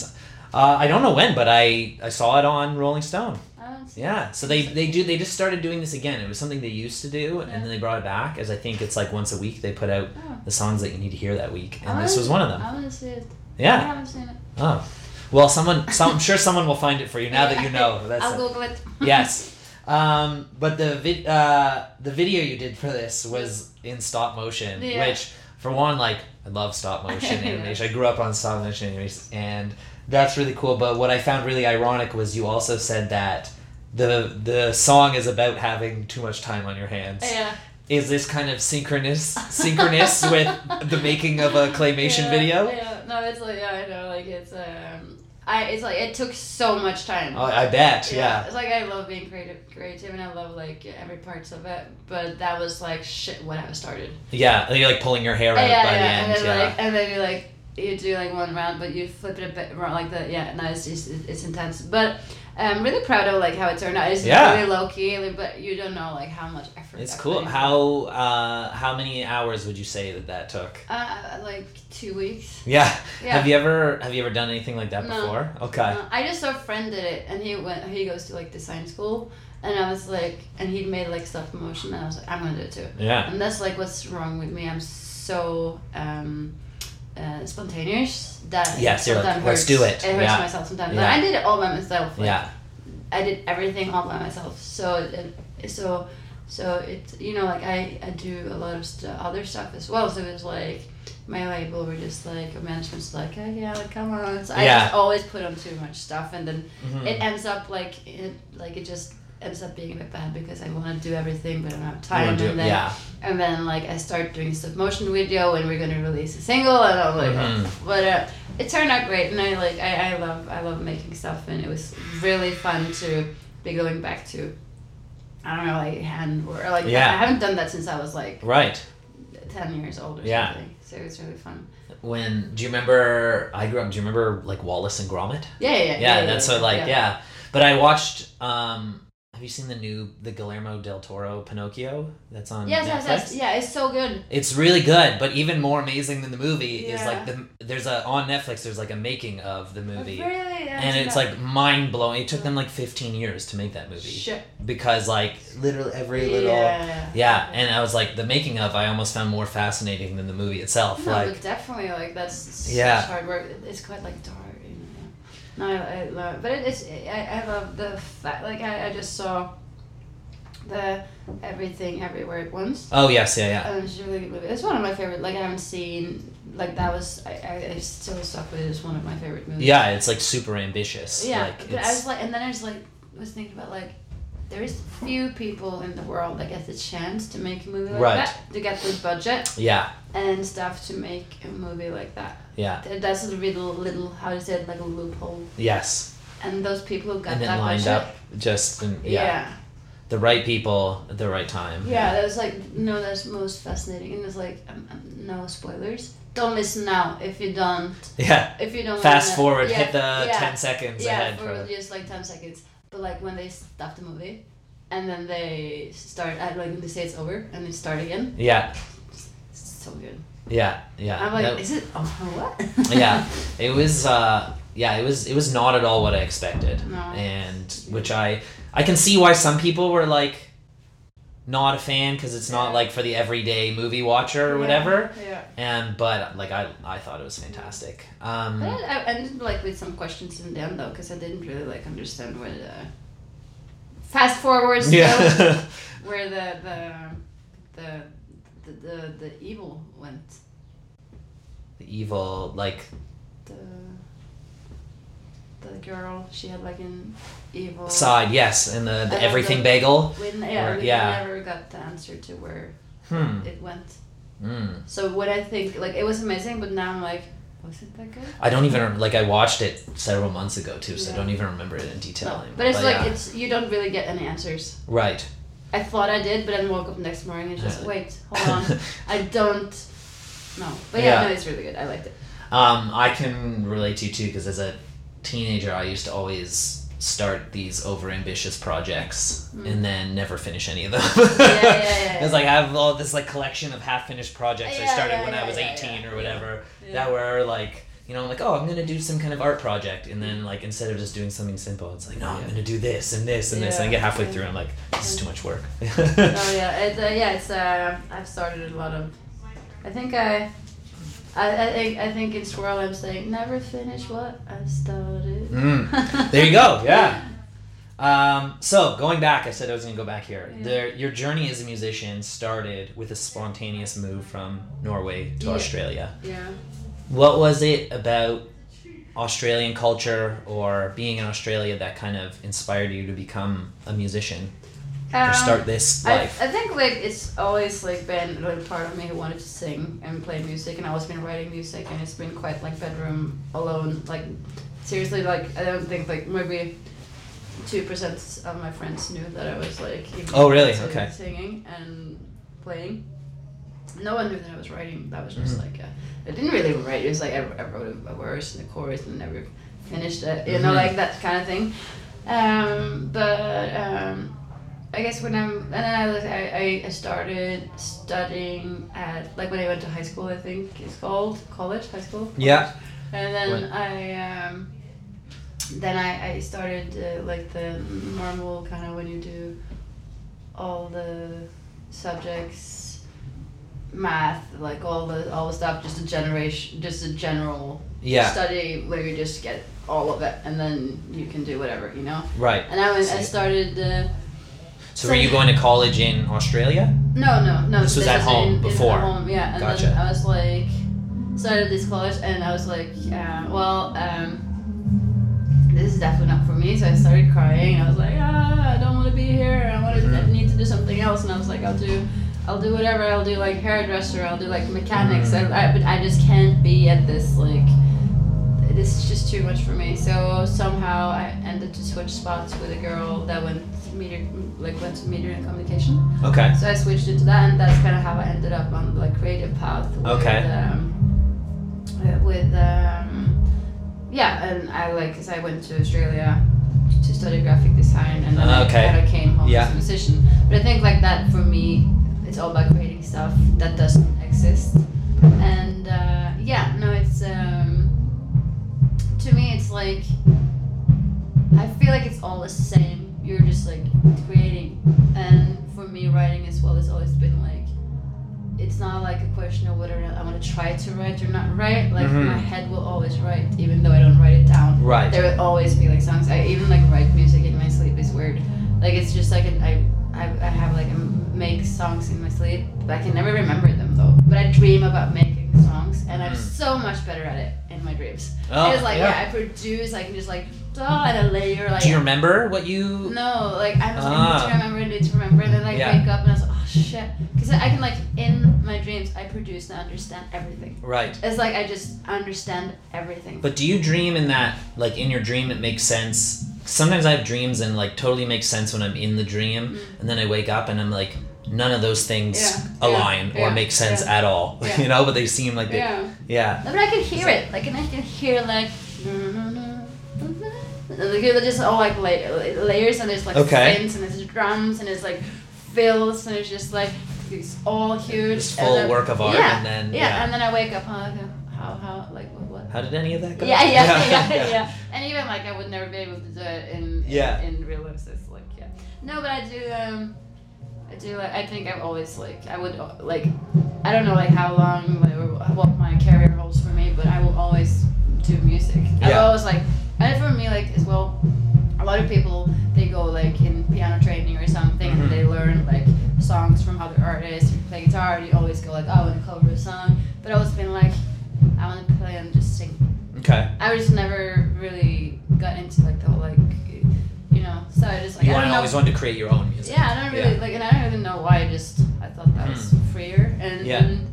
Speaker 1: Uh, i don't know when but I, I saw it on rolling stone
Speaker 2: I don't see
Speaker 1: yeah so they, they do they just started doing this again it was something they used to do and
Speaker 2: Yeah.
Speaker 1: then they brought it back as i think it's like once a week they put out
Speaker 2: Oh.
Speaker 1: the songs that you need to hear that week and
Speaker 2: I
Speaker 1: this was one of them
Speaker 2: I want to see it I
Speaker 1: yeah
Speaker 2: haven't seen it
Speaker 1: oh well someone some, i'm sure someone will find it for you now that you know that's
Speaker 2: I'll
Speaker 1: it
Speaker 2: Google it
Speaker 1: yes. Um, but the vid- uh, the video you did for this was in stop motion,
Speaker 2: Yeah.
Speaker 1: which for one, like I love stop motion
Speaker 2: Yeah.
Speaker 1: animation. I grew up on stop motion animation, and that's really cool. But what I found really ironic was you also said that the the song is about having too much time on your hands.
Speaker 2: yeah
Speaker 1: Is this kind of synchronous synchronous with the making of a claymation
Speaker 2: yeah,
Speaker 1: video?
Speaker 2: yeah no it's like yeah I know like it's um I it's like it took so much time
Speaker 1: Oh, I bet. yeah.
Speaker 2: It's like I love being creative, creative, and I love like every parts of it. But that was like shit when I started.
Speaker 1: Yeah, and You're like pulling your hair out
Speaker 2: yeah,
Speaker 1: by
Speaker 2: yeah,
Speaker 1: the end.
Speaker 2: and then
Speaker 1: yeah.
Speaker 2: like and then you like you do like one round, but you flip it a bit more like that. Yeah, no, it's just it- it's intense. But I'm really proud of like how it turned out. It's
Speaker 1: Yeah.
Speaker 2: really low key, like, but you don't know like how much effort.
Speaker 1: It's
Speaker 2: that
Speaker 1: cool.
Speaker 2: went into.
Speaker 1: How uh, how many hours would you say that that took?
Speaker 2: Uh, like two weeks.
Speaker 1: Yeah.
Speaker 2: Yeah.
Speaker 1: Have you ever have you ever done anything like that
Speaker 2: No.
Speaker 1: before? Okay.
Speaker 2: Uh, I just saw a friend did it, and he went. He goes to like design school, and I was like, and he made like stop motion, and I was like, I'm gonna do it too.
Speaker 1: Yeah.
Speaker 2: and that's like what's wrong with me i'm so um uh, spontaneous that
Speaker 1: Yes, you're like,
Speaker 2: sometimes
Speaker 1: "Let's do
Speaker 2: hurts.
Speaker 1: it."
Speaker 2: It hurts
Speaker 1: Yeah.
Speaker 2: myself sometimes, but
Speaker 1: Yeah.
Speaker 2: I did it all by myself. Like,
Speaker 1: Yeah.
Speaker 2: I did everything all by myself. So it- so so it's you know like I, I do a lot of st- other stuff as well. So it was like my label were just like management's like oh, yeah like, come on. So I
Speaker 1: Yeah.
Speaker 2: just always put on too much stuff and then
Speaker 1: Mhm.
Speaker 2: it ends up like it like it just ends up being a bit bad because I want to do everything but I don't have
Speaker 1: You
Speaker 2: time
Speaker 1: wanna do it-
Speaker 2: and then
Speaker 1: yeah.
Speaker 2: and then like I start doing stop motion video and we're gonna release a single and I'm like
Speaker 1: Mhm.
Speaker 2: "Oh." but uh, it turned out great and I like I, I love I love making stuff and it was really fun to be going back to I don't know like hand or like
Speaker 1: Yeah.
Speaker 2: I haven't done that since I was like
Speaker 1: Right.
Speaker 2: ten years old or
Speaker 1: Yeah.
Speaker 2: something so it was really fun
Speaker 1: When do you remember? I grew up. Do you remember like Wallace and Gromit?
Speaker 2: yeah yeah yeah,
Speaker 1: yeah, that's what like yeah. But I watched. um Have you seen the new the Guillermo del Toro Pinocchio that's on
Speaker 2: yes
Speaker 1: Netflix?
Speaker 2: yes yes yeah it's so good
Speaker 1: It's really good, but even more amazing than the movie is
Speaker 2: Yeah.
Speaker 1: like the there's a on Netflix there's like a making of the movie.
Speaker 2: really
Speaker 1: and it's like mind blowing. It took them like 15 years to make that movie
Speaker 2: shit
Speaker 1: because like literally every little yeah.
Speaker 2: yeah.
Speaker 1: and I was like the making of I almost found more fascinating than the movie itself.
Speaker 2: No,
Speaker 1: like
Speaker 2: but definitely, like that's such
Speaker 1: Yeah.
Speaker 2: hard work. It- It's quite like dark, you know. No, I, I love, but it is. I, I love the fact. Like I, I just saw the everything everywhere at once.
Speaker 1: oh yes, yeah, yeah.
Speaker 2: And it's a really good movie. It's one of my favorite. Like I haven't seen. Like that was. I, I, I still stuck with it. It's one of my favorite movies.
Speaker 1: Yeah, it's like super ambitious.
Speaker 2: Yeah,
Speaker 1: like,
Speaker 2: but I
Speaker 1: it's-
Speaker 2: was like, and then I was like, was thinking about like, there is few people in the world that get the chance to make a movie like
Speaker 1: Right.
Speaker 2: that, to get the budget
Speaker 1: yeah,
Speaker 2: and stuff to make a movie like that.
Speaker 1: yeah.
Speaker 2: Th- That's a little, little, how to say it, like a loophole.
Speaker 1: Yes.
Speaker 2: And those people who got
Speaker 1: and then
Speaker 2: that
Speaker 1: lined
Speaker 2: budget,
Speaker 1: up just and, yeah,
Speaker 2: yeah,
Speaker 1: the right people at the right time.
Speaker 2: yeah, that was like no, that's most fascinating. And it's like um, um, no spoilers. Don't listen now if you don't.
Speaker 1: Yeah.
Speaker 2: If you don't.
Speaker 1: Fast
Speaker 2: wanna-
Speaker 1: forward,
Speaker 2: yeah,
Speaker 1: hit the
Speaker 2: yeah,
Speaker 1: 10 seconds
Speaker 2: Yeah,
Speaker 1: ahead
Speaker 2: for,
Speaker 1: for
Speaker 2: just like ten seconds. But like when they stop the movie, and then they start at like when they say it's over and they start again.
Speaker 1: Yeah.
Speaker 2: It's so good.
Speaker 1: Yeah. Yeah.
Speaker 2: I'm like,
Speaker 1: That-
Speaker 2: is it? Oh, what?
Speaker 1: yeah it was uh yeah it was it was not at all what i expected
Speaker 2: No.
Speaker 1: and which i i can see why some people were like not a fan because it's not like for the everyday movie watcher or
Speaker 2: Yeah,
Speaker 1: whatever
Speaker 2: Yeah.
Speaker 1: and but like i i thought it was fantastic
Speaker 2: But
Speaker 1: um
Speaker 2: I, I ended like with some questions in the end though, because I didn't really like understand what uh, fast forwards though,
Speaker 1: yeah
Speaker 2: where the the the the, the, the evil went.
Speaker 1: the evil like
Speaker 2: The the girl she had like an evil
Speaker 1: side yes and the,
Speaker 2: I
Speaker 1: the
Speaker 2: love
Speaker 1: everything
Speaker 2: the-
Speaker 1: bagel
Speaker 2: We, n- yeah,
Speaker 1: Or-
Speaker 2: we
Speaker 1: yeah.
Speaker 2: never got the answer to where
Speaker 1: hmm
Speaker 2: it went.
Speaker 1: mm.
Speaker 2: So what I think like it was amazing, but now I'm like, was it that good?
Speaker 1: i don't even like i watched it several months ago too so i
Speaker 2: Yeah.
Speaker 1: don't even remember it in detail
Speaker 2: No.
Speaker 1: anymore.
Speaker 2: But it's like
Speaker 1: yeah.
Speaker 2: it's you don't really get any answers.
Speaker 1: right
Speaker 2: I thought I did, but then woke up next morning and just
Speaker 1: Uh,
Speaker 2: wait, hold on, I don't. No, but yeah,
Speaker 1: Yeah.
Speaker 2: no, it's really good. I liked it.
Speaker 1: Um, I can relate to you too because as a teenager, I used to always start these overambitious projects and then never finish any of them.
Speaker 2: Mm. yeah, yeah, yeah.
Speaker 1: it's like I have all this like collection of half-finished projects I
Speaker 2: Yeah,
Speaker 1: started
Speaker 2: yeah,
Speaker 1: when I
Speaker 2: yeah,
Speaker 1: was
Speaker 2: yeah,
Speaker 1: eighteen
Speaker 2: yeah.
Speaker 1: or whatever that were like. You know, I'm like, oh, I'm gonna do some kind of art project, and then like instead of just doing something simple, it's like, no, I'm
Speaker 2: Yeah.
Speaker 1: gonna do this and this and this, and I
Speaker 2: Yeah,
Speaker 1: get halfway
Speaker 2: yeah.
Speaker 1: through, I'm like, this is too much work.
Speaker 2: oh yeah, it, uh, yeah. It's uh, I've started a lot of. I think I. I, I think I think in swirl I'm saying never finish what I started.
Speaker 1: Mm. There you go. Yeah. Um, so going back, I said I was gonna go back here.
Speaker 2: Yeah.
Speaker 1: There, your journey as a musician started with a spontaneous move from Norway to
Speaker 2: Yeah.
Speaker 1: Australia.
Speaker 2: yeah.
Speaker 1: What was it about Australian culture or being in Australia that kind of inspired you to become a musician or
Speaker 2: Um,
Speaker 1: start this
Speaker 2: I,
Speaker 1: life?
Speaker 2: I think like it's always like been like part of me who wanted to sing and play music and I always been writing music and it's been quite like bedroom alone like seriously like I don't think like maybe two percent of my friends knew that I was like even
Speaker 1: Oh, really?
Speaker 2: into
Speaker 1: Okay.
Speaker 2: singing and playing no one knew that I was writing that was just
Speaker 1: Mm-hmm.
Speaker 2: like a, I didn't really write it was like I, I wrote a, a verse and a chorus and never finished it you know
Speaker 1: Mhm.
Speaker 2: like that kind of thing um, but um, I guess when I'm and then I was I, I started studying at like when I went to high school I think it's called college high school
Speaker 1: yeah.
Speaker 2: and then
Speaker 1: When-
Speaker 2: I um, then I, I started uh, like the normal kind of when you do all the subjects math, like all the all the stuff, just a generation, just a general
Speaker 1: Yeah.
Speaker 2: study where you just get all of it, and then you can do whatever you know.
Speaker 1: Right.
Speaker 2: And I was I
Speaker 1: See.
Speaker 2: started. Uh,
Speaker 1: So were you going to college in Australia?
Speaker 2: No, no, no.
Speaker 1: This was at home
Speaker 2: in- in-
Speaker 1: before.
Speaker 2: At home, yeah. And
Speaker 1: Gotcha.
Speaker 2: then I was like, started this college, and I was like, uh, well, um, this is definitely not for me. So I started crying, and I was like, ah, I don't want to be here. I want to. I
Speaker 1: Mhm.
Speaker 2: need to do something else. And I was like, I'll do. I'll do whatever. I'll do like hairdresser. I'll do like mechanics.
Speaker 1: Mm-hmm.
Speaker 2: I, I, but I just can't be at this like. This is just too much for me. So somehow I ended to switch spots with a girl that went to media, like went to media and communication.
Speaker 1: Okay.
Speaker 2: So I switched into that, and that's kind of how I ended up on the like, creative path. With,
Speaker 1: Okay.
Speaker 2: Um, uh, with um, yeah, and I like, cause I went to Australia to study graphic design, and then I
Speaker 1: Okay.
Speaker 2: kind of came home
Speaker 1: Yeah.
Speaker 2: as a musician. But I think like that for me, it's all about creating stuff that doesn't exist, and uh, yeah, no, it's um, to me, it's like I feel like it's all the same. You're just like creating, and for me, writing as well has always been like, it's not like a question of whether or not I want to try to write or not write. Like
Speaker 1: Mhm.
Speaker 2: my head will always write, even though I don't write it down.
Speaker 1: Right.
Speaker 2: There will always be like songs. I even like write music in my sleep. It's weird. Like it's just like an, I, I, I have like I make songs in my sleep, but I can never remember them though. But I dream about making songs, and I'm
Speaker 1: Mm.
Speaker 2: so much better at it in my dreams.
Speaker 1: Oh,
Speaker 2: it's like yeah. I produce. I can just like duh, and a layer like
Speaker 1: Do you remember what you?
Speaker 2: no, like I was
Speaker 1: Ah.
Speaker 2: like, need to remember, need to remember, and then like
Speaker 1: Yeah.
Speaker 2: wake up and I was like, oh shit, because I can like in my dreams I produce and understand everything.
Speaker 1: Right.
Speaker 2: It's like I just understand everything.
Speaker 1: But do you dream in that, like in your dream, it makes sense? Sometimes I have dreams and like totally makes sense when I'm in the dream,
Speaker 2: Mm.
Speaker 1: and then I wake up and I'm like, none of those things
Speaker 2: Yeah,
Speaker 1: align
Speaker 2: yeah,
Speaker 1: or make sense at all.
Speaker 2: yeah.
Speaker 1: you know, but they seem like they, yeah.
Speaker 2: yeah, No, but I can hear it. Like and I can hear like. Like, they're just all like la- layers and there's like
Speaker 1: Okay.
Speaker 2: synths and there's drums and there's like fills and it's just like it's all huge.
Speaker 1: This
Speaker 2: and
Speaker 1: full
Speaker 2: then-
Speaker 1: work of art,
Speaker 2: yeah,
Speaker 1: and then
Speaker 2: Yeah,
Speaker 1: yeah.
Speaker 2: and then I wake up and I'm like, how how like what what
Speaker 1: How did any of that go?
Speaker 2: Yeah, yeah, yeah, yeah, And even like I would never be able to do it in
Speaker 1: Yeah.
Speaker 2: in, in real life. So it's like yeah. No, but I do. Um, I do. Like I think I've always like I would uh, like I don't know like how long like or what my career holds for me, but I will always do music. I've
Speaker 1: Yeah.
Speaker 2: always like and for me like as well. A lot of people they go like in piano training or something,
Speaker 1: Mhm.
Speaker 2: and they learn like songs from other artists. If you play guitar, you always go like, oh, I want to cover a song. But I've always been like, I want to play and just sing.
Speaker 1: Okay.
Speaker 2: I just never really got into like the whole like you know. So I just like
Speaker 1: you
Speaker 2: I
Speaker 1: want,
Speaker 2: don't know.
Speaker 1: always wanted to create your own music.
Speaker 2: yeah, I don't really like, and I don't even know why. I just I thought that was freer and,
Speaker 1: Hmm. Yeah.
Speaker 2: and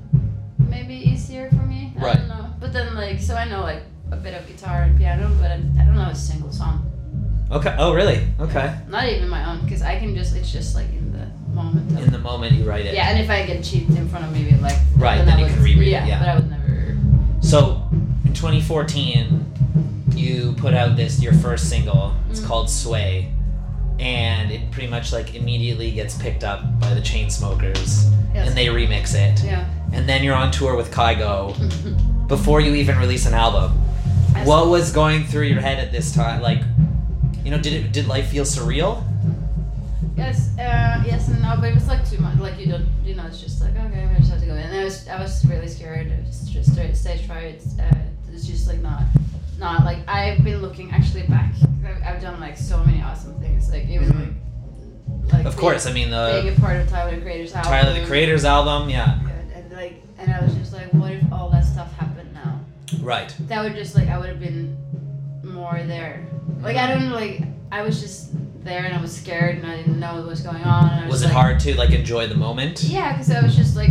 Speaker 2: maybe easier for me. I
Speaker 1: Right.
Speaker 2: don't know. But then like so I know like a bit of guitar and piano, but I, I don't know a single song.
Speaker 1: Okay. Oh, really? Okay.
Speaker 2: Not even my own, because I can just it's just like in the moment. Of,
Speaker 1: In the moment you write it.
Speaker 2: yeah, and if I get cheated in front of me, like
Speaker 1: Right,
Speaker 2: then,
Speaker 1: then
Speaker 2: I
Speaker 1: you
Speaker 2: would,
Speaker 1: can reread it, yeah.
Speaker 2: but I would never.
Speaker 1: So, in 2014, you put out this your first single. It's
Speaker 2: Mm.
Speaker 1: called Sway, and it pretty much like immediately gets picked up by the Chainsmokers,
Speaker 2: Yes.
Speaker 1: and they remix it.
Speaker 2: yeah.
Speaker 1: And then you're on tour with Kygo before you even release an album. What was going through your head at this time? Like, you know, did it did life feel surreal?
Speaker 2: Yes, uh, yes and no, but it was like too much. Like you don't, you know, it's just like okay, I just have to go in. And I was, I was really scared. It was just straight stage fright. Uh, it's just like not, not like I've been looking actually back. 'cause I've, I've done like so many awesome things. Like even
Speaker 1: Mhm.
Speaker 2: like, like
Speaker 1: Of course, I mean
Speaker 2: being,
Speaker 1: the
Speaker 2: being a part of Tyler the Creator's album.
Speaker 1: Tyler the Creator's album. Yeah,
Speaker 2: And, and like, and I was just like, what if all that stuff happened now?
Speaker 1: right.
Speaker 2: that would just like I would have been more there. Like I don't like I was just there and I was scared and I didn't know what was going on. And I was,
Speaker 1: Was it
Speaker 2: like,
Speaker 1: hard to like enjoy the moment?
Speaker 2: Yeah, because I was just like,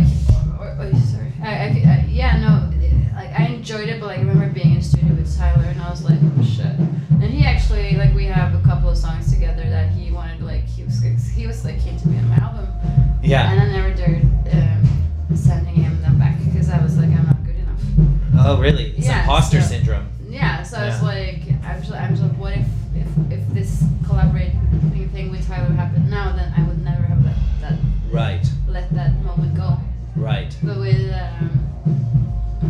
Speaker 2: or, or, oh, sorry. I, I, I- yeah, no, like I enjoyed it, but like I remember being in studio with Tyler and I was like, oh, shit. And he actually like we have a couple of songs together that he wanted like he was he was like keen to be on my album
Speaker 1: Yeah.
Speaker 2: and I never dared um, sending him them back because I was like I'm not good enough.
Speaker 1: Oh, really? It's
Speaker 2: Yeah,
Speaker 1: imposter
Speaker 2: so-
Speaker 1: syndrome.
Speaker 2: Yeah, so
Speaker 1: Yeah.
Speaker 2: it's like I'm just, I'm just like, what if, if if this collaborating thing with Tyler happened now, then I would never have let that
Speaker 1: Right.
Speaker 2: let that moment go.
Speaker 1: Right.
Speaker 2: But with um,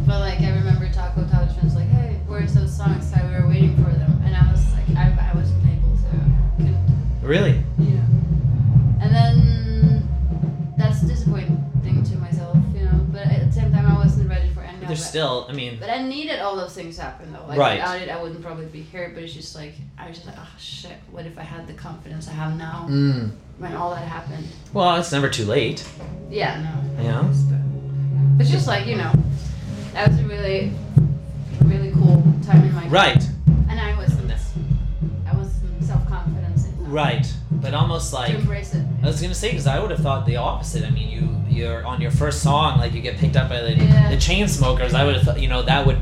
Speaker 2: but like I remember Taco Tyler was like, hey, where's those songs? Tyler, we were waiting for them, and I was like, I, I wasn't able to, couldn't,
Speaker 1: Really?
Speaker 2: you know. And then that's disappointing to myself, you know. But
Speaker 1: still, I mean,
Speaker 2: But I needed all those things to happen though. Like
Speaker 1: Right.
Speaker 2: without it, I wouldn't probably be here. But it's just like I was just like, oh shit! What if I had the confidence I have now
Speaker 1: mm,
Speaker 2: when all that happened?
Speaker 1: well, it's never too late.
Speaker 2: Yeah, no.
Speaker 1: Yeah.
Speaker 2: It's the- It's just like you know, that was a really, really cool time in my
Speaker 1: Right,
Speaker 2: And I wasn't. I wasn't self confident enough
Speaker 1: right. But almost
Speaker 2: to
Speaker 1: like
Speaker 2: embrace it.
Speaker 1: I was gonna say because I would have thought the opposite. I mean, you you're on your first song, like you get picked up by the,
Speaker 2: Yeah.
Speaker 1: the chain smokers. I would have thought, you know, that would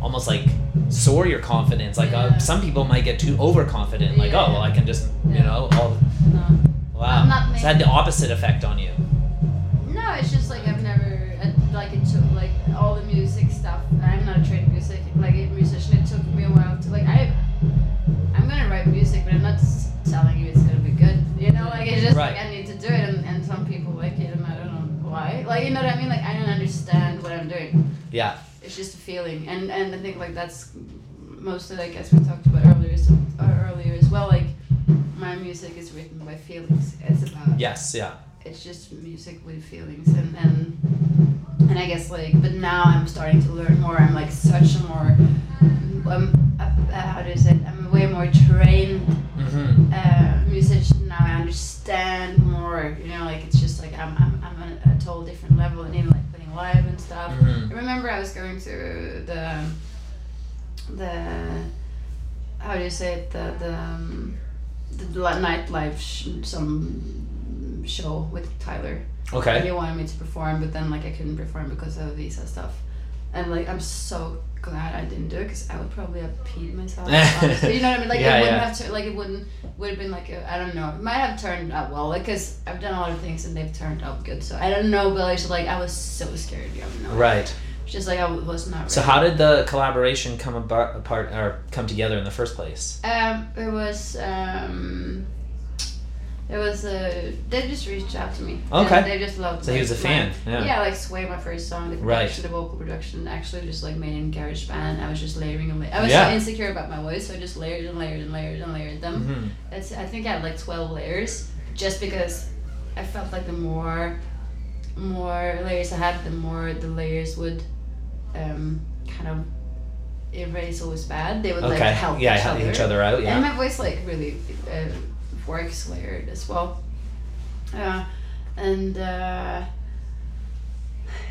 Speaker 1: almost like soar your confidence. Like uh,
Speaker 2: Yeah.
Speaker 1: some people might get too overconfident, like oh
Speaker 2: Yeah.
Speaker 1: well, I can just you
Speaker 2: Yeah.
Speaker 1: know, all,
Speaker 2: No.
Speaker 1: wow.
Speaker 2: I'm not
Speaker 1: so it had the opposite effect on you.
Speaker 2: No, it's just like I've never I- like it took like all the music stuff. I'm not a trained music like a musician. It took me a while to like I. I'm gonna write music, but I'm not s- telling you it's gonna be good. You know, like it's just
Speaker 1: Right.
Speaker 2: like I need to do it, and, and some people like it, and I don't know why. Like you know what I mean? Like I don't understand what I'm doing.
Speaker 1: Yeah,
Speaker 2: It's just a feeling, and and I think like that's mostly like as we talked about earlier as- or earlier as well. Like my music is written by feelings. It's about
Speaker 1: yes, yeah,
Speaker 2: it's just music with feelings and and and I guess like but now I'm starting to learn more I'm like such a more um, uh, uh, how do you say it? I'm way more trained
Speaker 1: mm-hmm.
Speaker 2: uh, musician now I understand more you know like it's just like I'm I'm, I'm on a total different level and even like playing live and stuff
Speaker 1: Mhm.
Speaker 2: I remember I was going to the the how do you say it the the um, the li- nightlife sh- some show with Tyler. And
Speaker 1: okay,
Speaker 2: He wanted me to perform, but then like I couldn't perform because of visa stuff. And like I'm so glad I didn't do it because I would probably have peed myself. honestly. you know what I mean? Like
Speaker 1: Yeah,
Speaker 2: it wouldn't
Speaker 1: yeah.
Speaker 2: have tur- like it wouldn't would have been like I I don't know. It might have turned out well because I've done a lot of things and they've turned out good. So I don't know, but like, so, like I was so scared. You know,
Speaker 1: right.
Speaker 2: just like I was not.
Speaker 1: So
Speaker 2: ready.
Speaker 1: how did the collaboration come about, apart or come together in the first place?
Speaker 2: Um, it was um, it was a. They just reached out to me. and
Speaker 1: Okay.
Speaker 2: they just loved.
Speaker 1: So he was a
Speaker 2: my-
Speaker 1: fan, yeah.
Speaker 2: like Sway, my first song, the
Speaker 1: Right.
Speaker 2: production, the vocal production, actually just like made in GarageBand. I was just layering and la- I was
Speaker 1: Yeah.
Speaker 2: so insecure about my voice, so I just layered and layered and layered and layered them.
Speaker 1: Mm-hmm.
Speaker 2: That's, I think I had like 12 layers just because I felt like the more more layers I had, the more the layers would um, kind of erase what was bad. They would
Speaker 1: Okay,
Speaker 2: like help
Speaker 1: yeah,
Speaker 2: each,
Speaker 1: help
Speaker 2: other.
Speaker 1: each other out.
Speaker 2: And
Speaker 1: Yeah,
Speaker 2: my voice like really uh, works layered as well. Uh, and uh,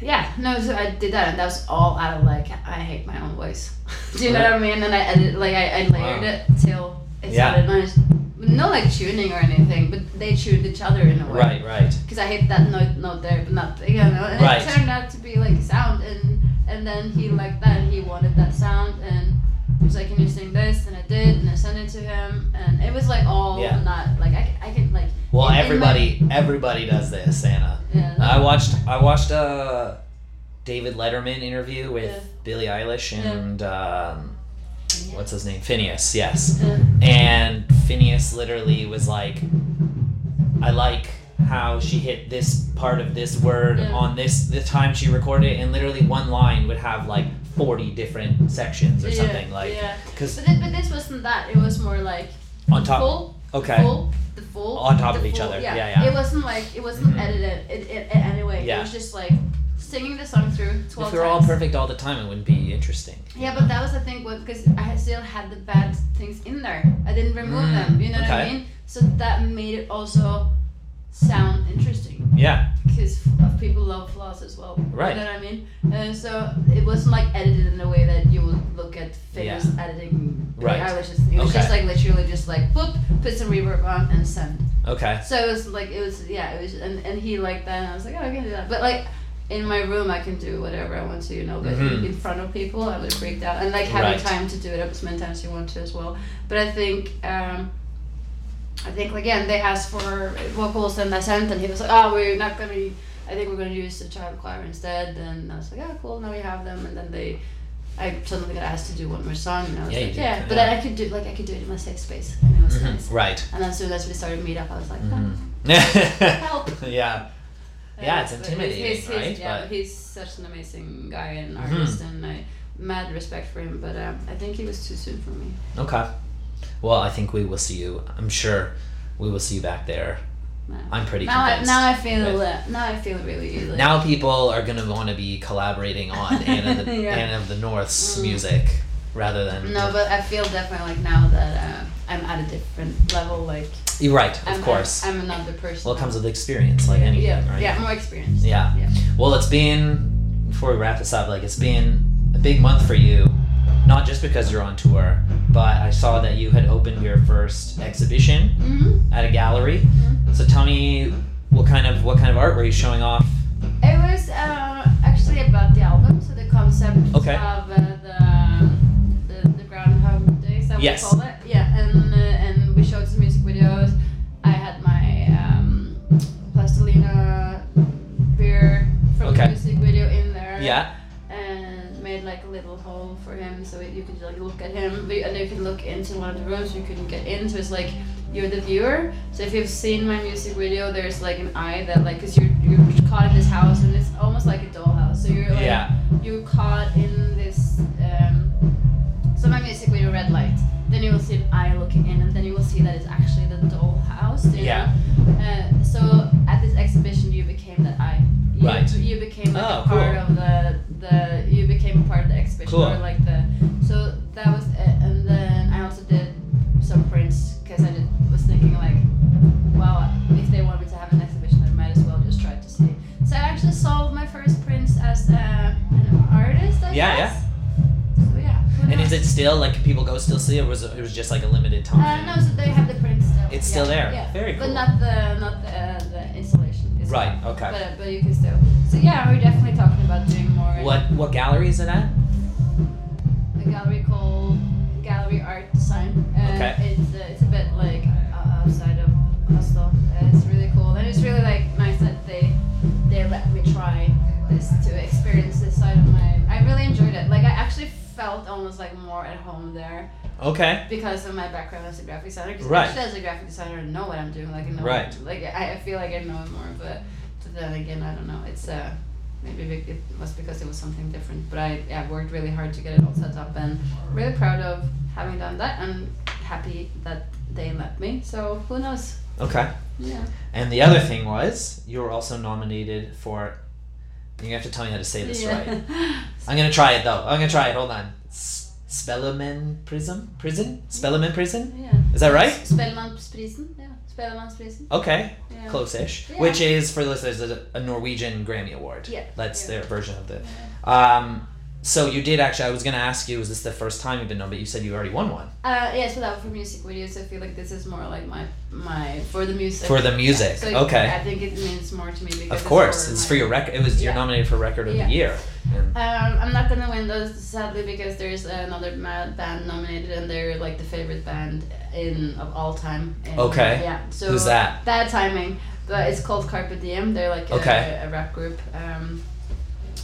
Speaker 2: yeah, no, so I did that, and that was all out of like I hate my own voice. Do you know
Speaker 1: Right.
Speaker 2: what I mean? And I edit, like I, I
Speaker 1: Wow.
Speaker 2: layered it till it
Speaker 1: Yeah.
Speaker 2: sounded nice. No like tuning or anything, but they tuned each other in a way.
Speaker 1: right, right.
Speaker 2: Because I hate that note, note there, but not you know. And
Speaker 1: Right.
Speaker 2: it turned out to be like sound, and and then he liked that, and he wanted that sound, and he was like, "Can you sing this?" And I did, and I sent it to him, and it was like all
Speaker 1: Yeah.
Speaker 2: not like I, c- I can like
Speaker 1: Well,
Speaker 2: in- in my-
Speaker 1: everybody, everybody does this, Anna.
Speaker 2: yeah.
Speaker 1: I watched I watched a David Letterman interview with
Speaker 2: Yeah.
Speaker 1: Billie Eilish
Speaker 2: Yeah.
Speaker 1: and um, what's his name Phineas yes
Speaker 2: Yeah.
Speaker 1: and Phineas literally was like I like how she hit this part of this word
Speaker 2: Yeah.
Speaker 1: on this the time she recorded it and literally one line would have like 40 different sections or
Speaker 2: Yeah,
Speaker 1: something like
Speaker 2: yeah.
Speaker 1: because
Speaker 2: But, thi- but this wasn't that. It was more like
Speaker 1: on
Speaker 2: the
Speaker 1: top
Speaker 2: full,
Speaker 1: okay
Speaker 2: the full, the full,
Speaker 1: On top
Speaker 2: the
Speaker 1: of each
Speaker 2: full-
Speaker 1: other. Yeah, yeah.
Speaker 2: It wasn't like it wasn't
Speaker 1: Mhm.
Speaker 2: edited in, in, in any way.
Speaker 1: Yeah.
Speaker 2: It was just like singing the song through twelve
Speaker 1: if we were all
Speaker 2: times.
Speaker 1: perfect all the time it wouldn't be interesting
Speaker 2: Yeah, but that was the thing because I had- still had the bad things in there. I didn't remove
Speaker 1: Mm,
Speaker 2: them. You know what I
Speaker 1: okay.
Speaker 2: mean? So that made it also sound interesting
Speaker 1: yeah
Speaker 2: because people love flaws as well.
Speaker 1: Right.
Speaker 2: You know what I mean? Uh, so it wasn't like edited in a way that you would look at famous editing.
Speaker 1: Right.
Speaker 2: I was just, it was
Speaker 1: Okay.
Speaker 2: just like literally just like boop, put some reverb on and send.
Speaker 1: okay
Speaker 2: So it was like it was yeah it was and, and he liked that and I was like oh I can do that but like in my room I can do whatever I want to you know but
Speaker 1: Mhm.
Speaker 2: in front of people I would freak out and like having
Speaker 1: Right.
Speaker 2: time to do it up as many times as you want to as well but I think um, I think again they asked for vocals and I sent and he was like oh we're not gonna I think we're gonna use the child choir instead and I was like oh cool now we have them and then they I suddenly got asked to do one more song and I was
Speaker 1: Yeah, you
Speaker 2: like
Speaker 1: did,
Speaker 2: yeah but
Speaker 1: yeah.
Speaker 2: then I could do like I could do it in my safe space and it was
Speaker 1: Mhm,
Speaker 2: nice
Speaker 1: right
Speaker 2: and as soon as we started meet up I was like "Oh,
Speaker 1: Mhm.
Speaker 2: help.
Speaker 1: yeah Mm-hmm. Yeah, it's
Speaker 2: but he's-
Speaker 1: intimidating,
Speaker 2: he's, he's,
Speaker 1: right?
Speaker 2: Yeah,
Speaker 1: But-
Speaker 2: he's such an amazing guy and
Speaker 1: Mhm.
Speaker 2: artist, and I mad respect for him. But um, I think he was too soon for me.
Speaker 1: Okay. Well, I think we will see you. I'm sure we will see you back there
Speaker 2: No.
Speaker 1: I'm pretty
Speaker 2: Now I,
Speaker 1: convinced.
Speaker 2: now I feel
Speaker 1: Right.
Speaker 2: le- now I feel really like,
Speaker 1: Now people are gonna want to be collaborating on Anne of the,
Speaker 2: Yeah.
Speaker 1: Anne of the North's
Speaker 2: Mm.
Speaker 1: music rather than
Speaker 2: no, but I feel definitely like now that uh, I'm at a different level. Like
Speaker 1: you're right, of
Speaker 2: I'm
Speaker 1: course.
Speaker 2: i I'm another person.
Speaker 1: well, it comes with experience, like
Speaker 2: yeah,
Speaker 1: anything,
Speaker 2: yeah,
Speaker 1: right?
Speaker 2: yeah, more experience.
Speaker 1: Yeah.
Speaker 2: Yeah.
Speaker 1: Well, it's been before we wrap this up. Like it's been a big month for you, not just because you're on tour, but I saw that you had opened your first exhibition
Speaker 2: hmm
Speaker 1: at a gallery.
Speaker 2: mm-hmm.
Speaker 1: So tell me, what kind of what kind of art were you showing off?
Speaker 2: It was uh, actually about the album, so the concept
Speaker 1: Okay.
Speaker 2: of uh, the, the the Groundhog Day, is that what
Speaker 1: Yes.
Speaker 2: we call it? Yeah, and uh, and we showed some music videos. I had my um, plastilina beer from
Speaker 1: Okay.
Speaker 2: the music video in there.
Speaker 1: Yeah.
Speaker 2: And made like a little hole for him, so you could like look at him, but- and you could look into one of the rooms you couldn't get in. So it's like you're the viewer. So if you've seen my music video, there's like an eye that like, cause you're you're caught in this house, and it's almost like a dollhouse. So you're like
Speaker 1: Yeah.
Speaker 2: you're caught in this. Um, so my music video, red light. Then you will see an eye looking in, and then you will see that it's actually the dollhouse. you know?
Speaker 1: Yeah.
Speaker 2: Uh, so at this exhibition, you became that eye. You,
Speaker 1: Right.
Speaker 2: You became like
Speaker 1: Oh,
Speaker 2: a part
Speaker 1: cool.
Speaker 2: of the the. You became a part of the exhibition
Speaker 1: Cool.
Speaker 2: or like the. So that was it, and then I also did some prints because I did, was thinking like, well, if they want me to have an exhibition, I might as well just try to see. So I actually sold my first prints as uh, an artist. I
Speaker 1: Yeah,
Speaker 2: guess. yeah. So yeah. who
Speaker 1: And is
Speaker 2: knows?
Speaker 1: it still like can people go still see it? Or was it, it was just like a limited
Speaker 2: Uh,
Speaker 1: time?
Speaker 2: no, so they have the prints still.
Speaker 1: It's still
Speaker 2: yeah,
Speaker 1: there.
Speaker 2: Yeah.
Speaker 1: Very cool.
Speaker 2: But not the not the, uh, the installation. It's
Speaker 1: Right. Okay.
Speaker 2: But, but you can still. So yeah, we're definitely talking about doing more. in
Speaker 1: What what gallery is it at?
Speaker 2: A gallery called Gallery Art Design. Uh,
Speaker 1: Okay.
Speaker 2: It's uh, it's a bit like uh, outside of Oslo. Uh, it's really cool, and it's really like nice that they they let me try this to experience this side of my. I really enjoyed it. Like I actually felt almost like more at home there
Speaker 1: Okay.
Speaker 2: because of my background as a graphic designer. Because
Speaker 1: Right.
Speaker 2: actually, as a graphic designer, I know what I'm doing. Like I know.
Speaker 1: Right.
Speaker 2: Like I, I feel like I know it more, but but then again, I don't know. It's uh, maybe be- it was because it was something different. But I yeah, worked really hard to get it all set up, and really proud of having done that, and happy that they let me. So who knows?
Speaker 1: Okay.
Speaker 2: Yeah.
Speaker 1: And the other thing was you were also nominated for. You have to tell me how to say this
Speaker 2: yeah.
Speaker 1: right. I'm gonna try it though. I'm gonna try it. Hold on. S- Spelman Prism Prison Spelman Prison.
Speaker 2: Yeah.
Speaker 1: Is that right?
Speaker 2: Spellemanprisen. Yeah. Spellemanprisen.
Speaker 1: Okay,
Speaker 2: Yeah.
Speaker 1: close-ish.
Speaker 2: Yeah.
Speaker 1: Which is for the listeners is a Norwegian Grammy Award.
Speaker 2: Yeah.
Speaker 1: That's
Speaker 2: Yeah.
Speaker 1: their version of the. Um, so you did actually. I was gonna ask you, is this the first time you've been on? But you said you already won one
Speaker 2: Uh, yeah, so that was for music videos. I feel like this is more like my my for the music.
Speaker 1: for the music.
Speaker 2: So it-
Speaker 1: okay.
Speaker 2: I think it means more to me because
Speaker 1: Of course,
Speaker 2: more
Speaker 1: it's
Speaker 2: my-
Speaker 1: for your record. It was you're
Speaker 2: Yeah.
Speaker 1: nominated for record of
Speaker 2: Yeah.
Speaker 1: the year. And-
Speaker 2: Um, I'm not gonna win those sadly because there's another ma- band nominated and they're like the favorite band in of all time. And,
Speaker 1: Okay.
Speaker 2: Yeah. So
Speaker 1: Who's that?
Speaker 2: Bad timing, but it's called Carpe Diem. They're like a-
Speaker 1: Okay.
Speaker 2: a, rap group. Um,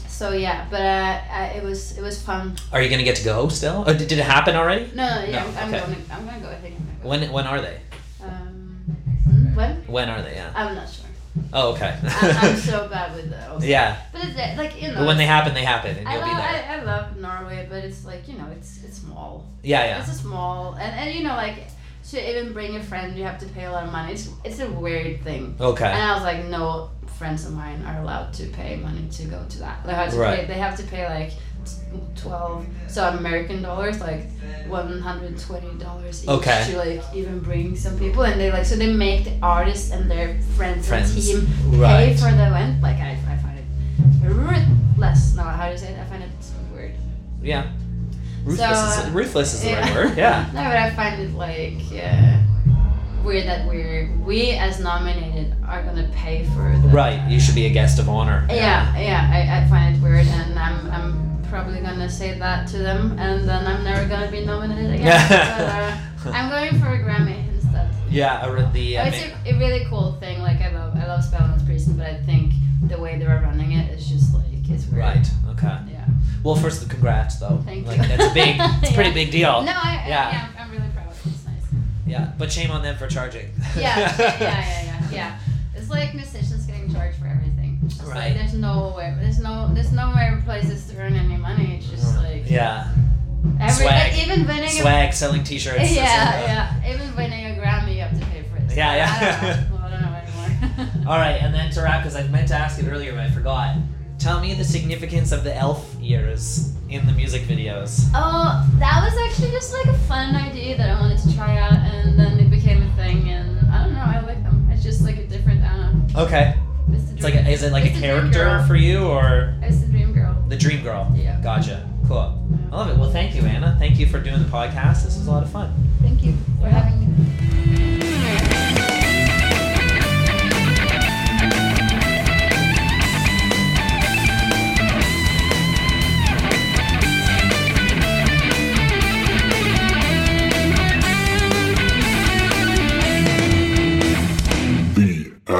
Speaker 2: so yeah, but uh, I, it was it was fun.
Speaker 1: Are you gonna get to go still? Oh, did, did it happen already?
Speaker 2: No, no, yeah,
Speaker 1: No,
Speaker 2: I'm,
Speaker 1: okay.
Speaker 2: I'm gonna I'm gonna go. I think I'm gonna go.
Speaker 1: When when are they?
Speaker 2: Um, hmm, when?
Speaker 1: When are they? Yeah.
Speaker 2: I'm not sure.
Speaker 1: Oh, okay.
Speaker 2: I, I'm so bad with those.
Speaker 1: yeah,
Speaker 2: But it's uh, like you know.
Speaker 1: but when
Speaker 2: it's-
Speaker 1: they happen, they happen, and
Speaker 2: I
Speaker 1: you'll
Speaker 2: love,
Speaker 1: be there.
Speaker 2: I, I love Norway, but it's like you know, it's it's small.
Speaker 1: Yeah, yeah.
Speaker 2: It's a small, and, and you know, like to even bring a friend, you have to pay a lot of money. It's it's a weird thing. And
Speaker 1: Okay.
Speaker 2: I was like, no friends of mine are allowed to pay money to go to that. They have to
Speaker 1: Right.
Speaker 2: pay. They have to pay like t- twelve, so American dollars, like one hundred twenty dollars each
Speaker 1: Okay.
Speaker 2: to like even bring some people, and they like so they make the artists and their friends,
Speaker 1: Friends.
Speaker 2: and team pay
Speaker 1: Right.
Speaker 2: for the event. Like I, I find it ruthless. No, how do you say it? I find it weird.
Speaker 1: Yeah. Ruthless,
Speaker 2: So,
Speaker 1: is, ruthless is the
Speaker 2: yeah.
Speaker 1: right word. Yeah.
Speaker 2: No, but I find it like uh, weird that we're we as nominated are gonna pay for the
Speaker 1: Right. You should be a guest of honor.
Speaker 2: Yeah, yeah. I, I find it weird, and I'm I'm probably gonna say that to them, and then I'm never gonna be nominated again. but, uh, I'm going for a Grammy instead.
Speaker 1: Yeah. I read the.
Speaker 2: Oh,
Speaker 1: Uh,
Speaker 2: it's
Speaker 1: ma-
Speaker 2: a, a really cool thing. Like I love I love Spellman's Prison, but I think the way they were running it is just like it's weird.
Speaker 1: Right. Okay.
Speaker 2: Yeah.
Speaker 1: Well, first, congrats though.
Speaker 2: Thank
Speaker 1: like,
Speaker 2: you.
Speaker 1: That's a big. It's a pretty
Speaker 2: Yeah.
Speaker 1: big deal.
Speaker 2: No, I,
Speaker 1: Yeah.
Speaker 2: I yeah. I'm, I'm really proud. It's nice.
Speaker 1: Yeah. But shame on them for charging.
Speaker 2: yeah, yeah, yeah, yeah, yeah. It's like musicians getting charged for everything. It's just
Speaker 1: Right.
Speaker 2: like there's nowhere, there's no, there's nowhere places to earn any money. It's just like
Speaker 1: Yeah.
Speaker 2: every,
Speaker 1: Swag.
Speaker 2: like, even winning.
Speaker 1: Swag, selling T-shirts.
Speaker 2: A,
Speaker 1: that's it.
Speaker 2: yeah, yeah. Even winning a Grammy, you have to pay for it.
Speaker 1: Yeah, yeah.
Speaker 2: I don't know, I don't know anymore.
Speaker 3: All right, and then to wrap, because I meant to ask it earlier, but I forgot. Tell me the significance of the elf ears in the music videos.
Speaker 2: Oh, that was actually just like a fun idea that I wanted to try out, and then it became a thing. And I don't know, I like them. It's just like a different, I don't know.
Speaker 3: Okay.
Speaker 2: It's, the
Speaker 3: It's like, a, is it like
Speaker 2: It's
Speaker 3: a
Speaker 2: the dream
Speaker 3: character
Speaker 2: girl.
Speaker 3: for you or
Speaker 2: It's the dream girl.
Speaker 3: the dream girl?
Speaker 2: Yeah.
Speaker 3: Gotcha. Cool. I love it. Well, thank you, Anna. Thank you for doing the podcast. This was a lot of fun.
Speaker 2: Thank you for having me.
Speaker 4: The